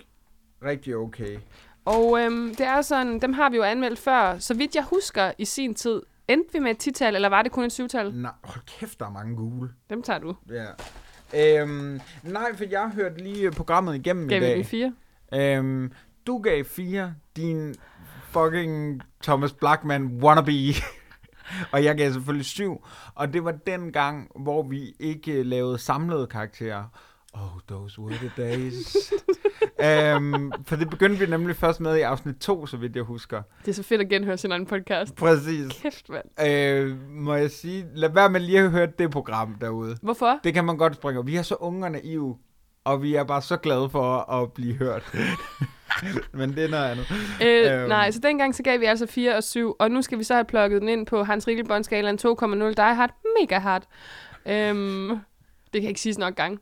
rigtig okay.
Og øhm, det er sådan, dem har vi jo anmeldt før. Så vidt jeg husker i sin tid, endte vi med et 10-tal, eller var det kun et 7-tal?
Nej, hold kæft, der er mange gule.
Dem tager du.
Ja. Øhm, nej, for jeg hørte lige øh, programmet igennem
Gav
i
vi
dag.
den 4?
Øhm, du gav fire, din fucking Thomas Blackman wannabe. og jeg gav selvfølgelig syv. Og det var den gang, hvor vi ikke øh, lavede samlede karakterer. Oh, those were the days. øhm, for det begyndte vi nemlig først med i afsnit 2, så vidt jeg husker.
Det er så fedt at genhøre sin egen podcast.
Præcis.
Kæft, mand.
Øh, må jeg sige, lad være med lige at høre det program derude.
Hvorfor?
Det kan man godt springe over. Vi er så unge og naive, og vi er bare så glade for at blive hørt. Men det er noget andet.
Øh,
Øhm.
Nej, så dengang så gav vi altså 4 og 7, og nu skal vi så have plukket den ind på Hans Riegelbåndskalaen 2,0 Die Hard, mega hard. Øhm, det kan ikke siges nok gange.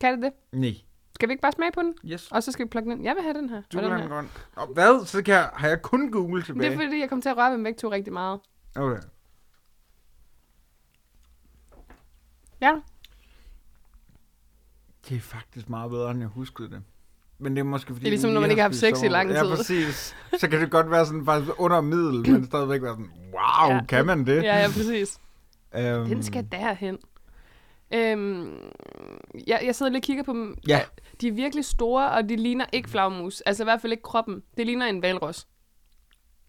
Kan det det?
Nej.
Skal vi ikke bare smage på den?
Yes.
Og så skal vi plukke den ind. Jeg vil have den her.
Du
og den
kan
her.
godt. Og hvad? Så kan jeg, har jeg kun
Det
Google
er
tilbage.
fordi, jeg kom til at røre ved dem begge to rigtig meget.
Okay.
Ja,
Det er faktisk meget bedre, end jeg huskede det. Men det er måske fordi...
Det er ligesom,
vi
når man
lige
ikke har haft
spist
sex i lang
sommerbrød.
tid.
Ja, præcis. Så kan det godt være sådan faktisk under middel, men stadigvæk være sådan, wow,
Ja.
ja. kan man det?
ja, ja, præcis.
Øhm,
Den skal derhen. Øhm, jeg, jeg sidder lige og kigger på dem.
Ja,
De er virkelig store, og de ligner ikke flagmus. Altså i hvert fald ikke kroppen. Det ligner en valros.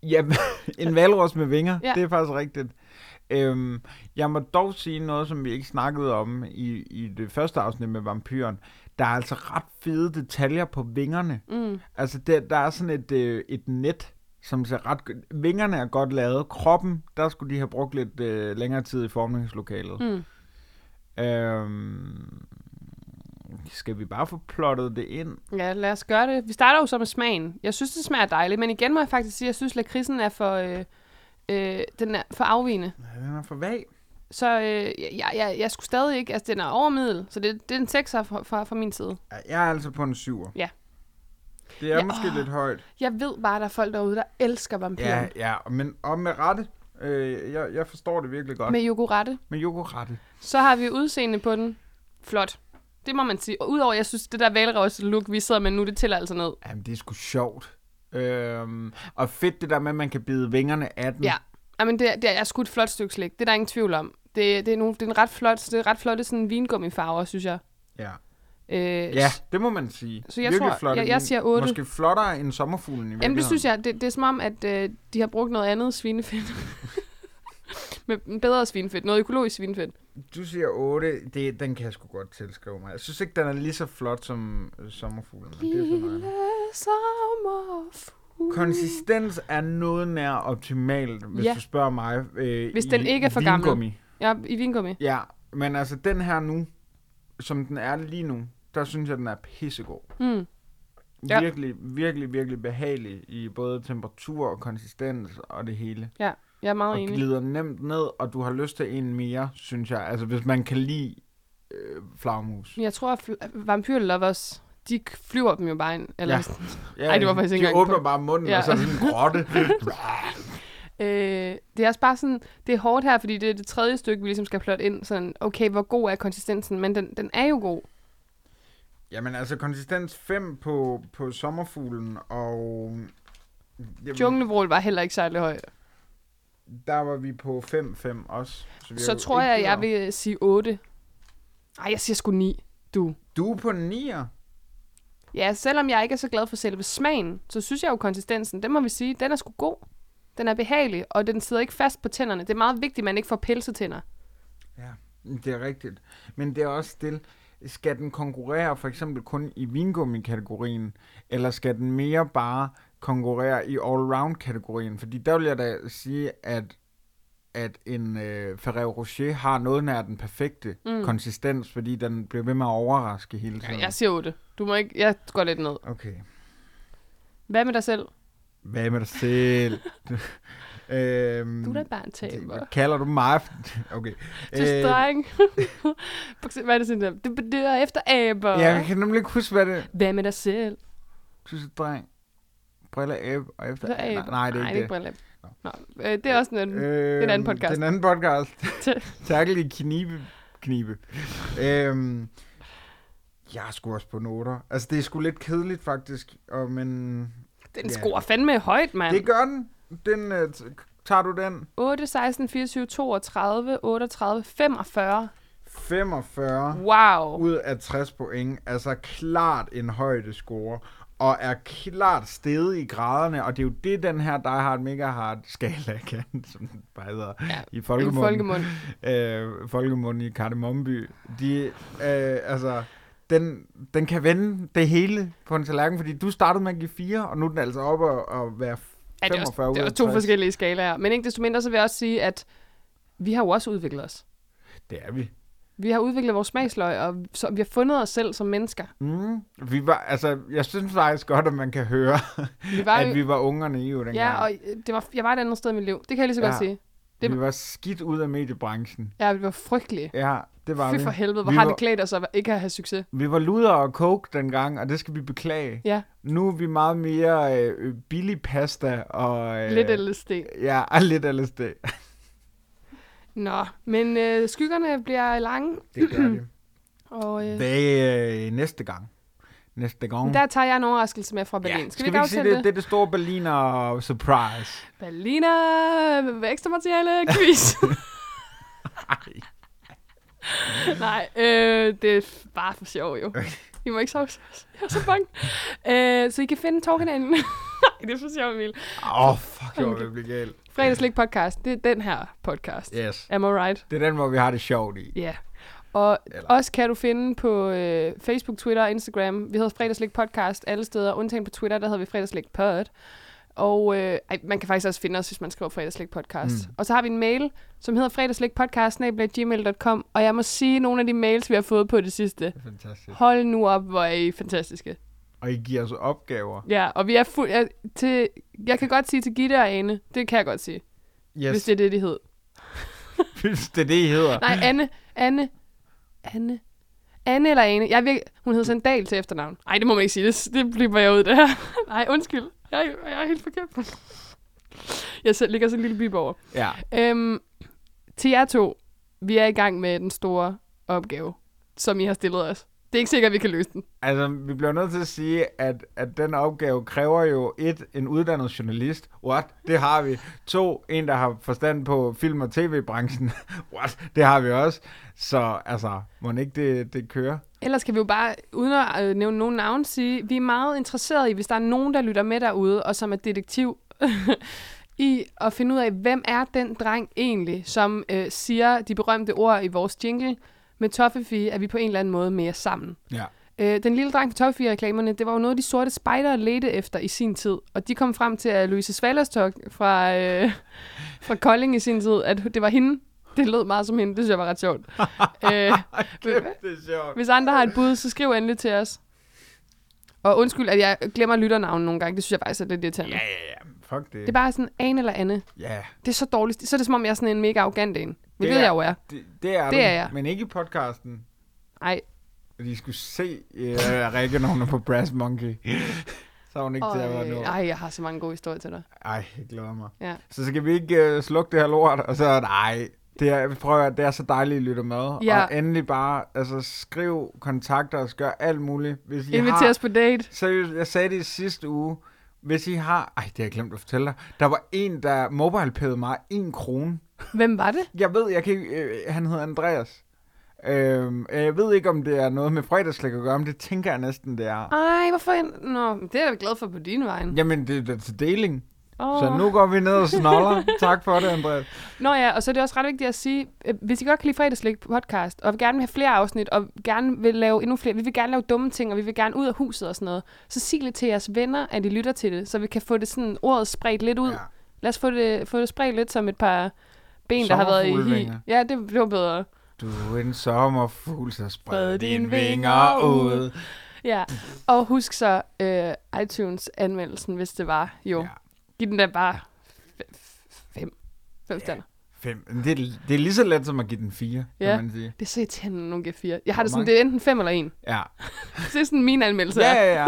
Ja, en valros med vinger,
Ja.
ja. det er faktisk rigtigt. Øhm, jeg må dog sige noget, som vi ikke snakkede om i, i det første afsnit med vampyren. Der er altså ret fede detaljer på vingerne.
Mm.
Altså, der, der er sådan et, øh, et net, som ser ret... g- Vingerne er godt lavet. Kroppen, der skulle de have brugt lidt øh, længere tid i formningslokalet.
Mm.
Øhm, skal vi bare få plottet det ind?
Ja, lad os gøre det. Vi starter jo så med smagen. Jeg synes, det smager dejligt, men igen må jeg faktisk sige, at jeg synes, lakridsen er for, øh, øh, den er for afvigende.
Ja, Den er for vag.
Så øh, jeg, jeg, jeg skulle stadig ikke, altså den er overmiddel, så det, det er en 6'er fra, fra, fra min side.
Ja, Jeg er altså på en syver.
Ja.
Det er
Ja,
ja, måske
åh.
lidt højt.
Jeg ved bare, at der er folk derude, der elsker vampyrer
Ja,
ja,
ja, men og med rette. Øh, jeg, jeg forstår det virkelig godt.
med
Med,
yoghurtte.
med yoghurtrette.
Så har vi udseende på den. Flot. Det må man sige. Og udover, jeg synes, det der valros look, vi sidder med nu, det tæller altså ned.
Jamen, det er sgu sjovt. Øhm, og fedt det der med, at man kan bide vingerne af den.
Ja. Jamen, det, er- det er sgu et flot stykke slik. Det er der ingen tvivl om. Det, det, er, nogle, det er en ret flot, det er ret flotte sådan vingummifarver, synes jeg.
ja.
Øh,
Ja, det må man sige.
Så jeg
virkelig
tror-
flotte
jeg- jeg
vin-
siger otte.
Måske flottere end sommerfuglen i
Jamen, det synes jeg. Det, det er som om, at øh, de har brugt noget andet svinefedt. Med bedre svinefedt. Noget økologisk svinefedt.
Du siger 8. Det, den kan jeg sgu godt tilskrive mig. Jeg synes ikke, den er lige så flot som øh, sommerfuglen. men Det er så meget.
sommerfugl.
Konsistens er noget nær optimalt, hvis
Ja.
ja. du spørger mig. Øh,
Hvis
i
den ikke er for gammel.
vingummi.
Ja, i vingummi.
Ja, men altså den her nu, som den er lige nu, der synes jeg, den er pissegod.
Mm. Ja.
Ja. Virkelig, virkelig, virkelig behagelig i både temperatur og konsistens og det hele.
Ja, jeg er meget
Og
enig.
glider nemt ned, og du har lyst til en mere, synes jeg. Altså hvis man kan lide øh, flagmus.
Men jeg tror, at fl- vampyrlovers, de k- flyver dem jo bare ind. Eller
Ja.
sådan.
Ja,
Ej, det var faktisk ikke
De
engang
åbner
på-
bare munden,
Ja.
ja. og så er det sådan en grotte.
øh, det er også bare sådan, det er hårdt her, fordi det er det tredje stykke, vi ligesom skal plotte ind. Sådan, okay, hvor god er konsistensen? Men den, den er jo god.
Jamen altså konsistens 5 på, på sommerfuglen, og... Jamen,
Junglevrål var heller ikke særlig høj.
Der var vi på 5-5 også. vi er
Så
jo
tror
ikke
jeg, jeg
videre.
vil sige 8. Ej, jeg siger sgu 9. Du.
Du er på 9'er.
Ja, selvom jeg ikke er så glad for selve smagen, så synes jeg jo, konsistensen, den må vi sige, den er sgu god. Den er behagelig, og den sidder ikke fast på tænderne. Det er meget vigtigt, at man ikke får pelsetænder.
Ja, det er rigtigt. Men det er også stille. Skal den konkurrere for eksempel kun i vingummi-kategorien, eller skal den mere bare konkurrere i all-round-kategorien? Fordi der vil jeg da sige, at, at en øh, Ferrero Rocher har noget nær den perfekte mm. konsistens, fordi den bliver ved med at overraske hele tiden.
Jeg siger 8. Du må ikke... Jeg går lidt ned.
Okay.
Hvad med dig selv?
Hvad med dig selv? Øhm,
Du er da bare en taber.
Hvad kalder du mig? Okay.
Du
Øh.
streng. Hvad er det sådan der? Du bedører efter aber.
ja, jeg kan nemlig ikke huske, hvad det er.
Hvad med dig selv?
Du er dreng. Briller, æb og efter.
Du er aber.
Nej, nej, det er ikke det.
ikke det. Nå, øh, det er også en anden.
Øhm,
en anden podcast.
Den anden podcast.
Tæ-
Tackle i knibe. knibe. øhm, jeg er sgu også på noter. Altså, det er sgu lidt kedeligt, faktisk. Og, men
Den
ja.
scorer fandme højt, mand.
det gør den. den øh, t- tager du den?
8, 16, 24, 32, 38, 45.
45
Wow.
ud af 60 point. Altså, klart en højde score. Og er klart steget i graderne. Og det er jo det, den her Die Hard Mega Hard skala kan, som den bare hedder ja, i
En
folkemunden.
folkemund.
øh, folkemunden i Kardemommeby, de, øh, altså, den, den kan vende det hele på en tallerken, fordi du startede med at give 4, og nu er den altså oppe og, og være
Ja, det
45
er, også,
ud
det er
af
også to
60.
forskellige skalaer. Men ikke desto mindre, så vil jeg også sige, at vi har jo også udviklet os.
Det er vi. vi.
Vi har udviklet vores smagsløg, og så vi har fundet os selv som mennesker.
Mm, vi var, altså, jeg synes faktisk godt, at man kan høre,
Vi var,
at vi var ungerne i jo dengang.
ja, og det var, jeg var et andet sted i mit liv. Det kan jeg lige så
Ja.
godt sige. det-
Vi var skidt ud af mediebranchen.
Ja, vi var frygtelige.
Ja, det var
Fy
vi.
for helvede, hvor
vi
har
var,
det klædt os at ikke at have succes.
Vi var luder og coke dengang, og det skal vi beklage.
Ja,
Nu er vi meget mere øh, billig pasta og... Øh,
lidt LSD.
Ja, og lidt LSD.
Nå, men øh, skyggerne bliver lange,
Det gør det.
og øh,
Det er øh, næste gang. Næste gang.
der tager jeg en overraskelse med fra Berlin. Skal,
Skal vi ikke sige,
aftale
det, det er det store Berliner surprise?
Berliner øh, ekstra materiale quiz. Nej, øh, det er f- bare for sjov jo. I må ikke sove, jeg er så bange. Øh, så I kan finde togkanalen. Nej, det er for sjov, Emil.
Åh, oh, fuck, jeg vil blive galt.
Fredagslik podcast, det er den her podcast.
Yes.
Am I right?
Det er den, hvor vi har det sjovt i.
Ja. Yeah. Og
Eller-
Eller. også kan du finde på øh, Facebook, Twitter og Instagram. Vi hedder Fredagslik Podcast alle steder, undtagen på Twitter, der hedder vi Fredagslik Pod. Og øh, ej, man kan faktisk også finde os, hvis man skriver Fredagslik Podcast. Mm. Og så har vi en mail, som hedder fredagslikpodcast.gmail.com. Og jeg må sige, nogle af de mails, vi har fået på det sidste.
Det er fantastisk.
Hold nu op, hvor er I fantastiske.
Og I giver os opgaver.
Ja, og vi er fuld... Jeg, til, jeg kan godt sige til Gitte og Ane. Det kan jeg godt sige, yes.
Yes,
hvis det er det, de hed.
hvis det er det, I hedder.
Nej, Anne. Anne. Anne. Anne eller Ane. Jeg er virke... Hun hedder Sandal til efternavn. Nej, det må man ikke sige. Det, det bliver jeg ud det her. Nej, undskyld. Jeg, er- jeg er helt forkert. Jeg selv ligger sådan en lille bib over.
Ja,
Øhm, til jer to. Vi er i gang med den store opgave, som I har stillet os. Det er ikke sikkert, at vi kan løse den.
altså, vi bliver nødt til at sige, at, at den opgave kræver jo et, en uddannet journalist. What? Det har vi. To, en, der har forstand på film- og tv-branchen. What? Det har vi også. Så, altså, må ikke det, det kører?
Ellers kan vi jo bare, uden at øh, nævne nogen navn, sige, vi er meget interesserede i, hvis der er nogen, der lytter med derude, og som er detektiv, i at finde ud af, hvem er den dreng egentlig, som øh, siger de berømte ord i vores jingle. Med Toffefee er vi på en eller anden måde mere sammen.
Ja.
Øh, den lille dreng fra Toffefee-reklamerne, det var jo noget, de sorte spejdere ledte efter i sin tid. Og de kom frem til, at Louise Svalerstock fra, øh, fra Kolding i sin tid, at det var hende. Det lød meget som hende, det synes jeg var ret sjovt. øh,
Kæft, det er sjovt.
hvis andre har et bud, så skriv endelig til os. Og undskyld, at jeg glemmer lytternavnen nogle gange. Det synes jeg faktisk er lidt irriterende.
Ja,
Yeah.
ja, ja. men Fuck det.
Det er bare sådan Ane eller Anne.
Ja,
Det er så dårligt. Så er det som om, jeg er sådan en mega arrogant en. Det
Det
ved
er-
jeg jo er.
det, det er
Det
du,
er jeg.
Men ikke i podcasten.
Ej.
De skulle se øh, Rikke, når hun er på Brass Monkey. Så er hun ikke til at være nu.
Øh, Ej, jeg har så mange gode historier til dig.
Ej, jeg glæder mig.
Ja.
Så skal vi ikke øh, slukke det her lort, og så nej. Det er, prøv at, høre, det er så dejligt, at I lytter med.
Ja.
Og endelig bare, altså skriv, kontakter os, gør alt muligt. Hvis I
Inviter
har,
os på date.
Seriøst, jeg sagde det i sidste uge. Hvis I har... Ej, det har jeg glemt at fortælle dig. Der var en, der mobile mig en krone.
Hvem var det?
Jeg ved, jeg kan ikke, øh, han hedder Andreas. Øhm, jeg ved ikke, om det er noget med fredagslæg at gøre, men det tænker jeg næsten, det er.
Ej, hvorfor? en- Nå, det er jeg da glad for på din vej.
Jamen, det er da til deling.
Åh.
Så nu går vi ned og snoller. tak for det, Andreas.
Nå ja, og så er det også ret vigtigt at sige, øh, hvis I godt kan lide fredagslæg podcast, og gerne vil have flere afsnit, og gerne vil lave endnu flere, vi vil gerne lave dumme ting, og vi vil gerne ud af huset og sådan noget, så sig lidt til jeres venner, at I lytter til det, så vi kan få det sådan ordet spredt lidt ud.
Ja.
Ja. Lad os få det, få det spredt lidt som et par ben, der har været i hi.
Sommerfuglevinger.
Ja, det blev bedre.
Du er en sommerfugl, så spred
Spred
dine
dine
vinger
vinger
ud.
Ja. Og husk så øh, iTunes-anmeldelsen, hvis det var. Jo,
Ja.
ja. giv den da bare f- f- Fem stjerner.
Fem. Det, er- det er lige så let som at give den fire,
Ja.
kan man sige.
Det er så irriterende, når nogen giver fire. Jeg har
Hvor
det sådan,
mange?
det er enten fem eller en.
Ja.
Det er sådan min anmeldelse.
Ja,
er.
ja, ja.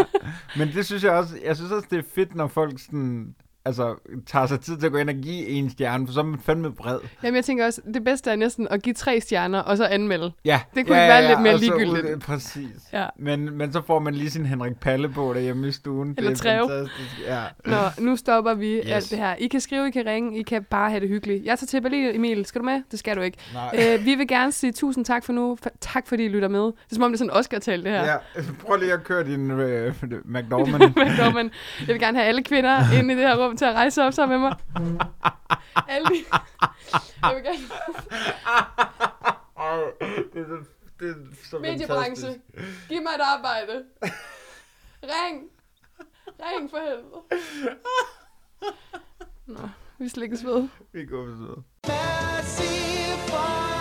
Men det synes jeg også, jeg synes også, det er fedt, når folk sådan, altså, tager sig tid til at gå ind og give en stjerne, for så er man fandme bred.
Jamen, jeg tænker også, det bedste er næsten at give tre stjerner, og så anmelde.
Ja.
Det kunne
ja,
ikke være
ja,
lidt mere
og så ud-
ligegyldigt.
Præcis.
Ja.
Men, men så får man lige sin Henrik Palle på derhjemme i stuen.
Eller
det er
Treo.
fantastisk. Ja.
Nå, nu stopper vi yes.
Yes.
alt det her. I kan skrive, I kan ringe, I kan bare have det hyggeligt. Jeg tager til Berlin, Emil. Skal du med? Det skal du ikke.
Nej.
Øh, vi vil gerne sige tusind tak for nu. F- tak fordi I lytter med. Det er som om, det er sådan en Oscar-tal, det her.
Ja. Prøv lige at køre din øh, McDormand.
Men dog, men jeg vil gerne have alle kvinder inde i det her rum til at rejse sig op sammen med mig. Alle de... Jeg vil gerne...
Au, det er så, det er så
Mediebranche,
fantastisk.
giv mig et arbejde. Ring. Ring for helvede. Nå, vi slikkes ved.
Vi går videre.
Massive fire.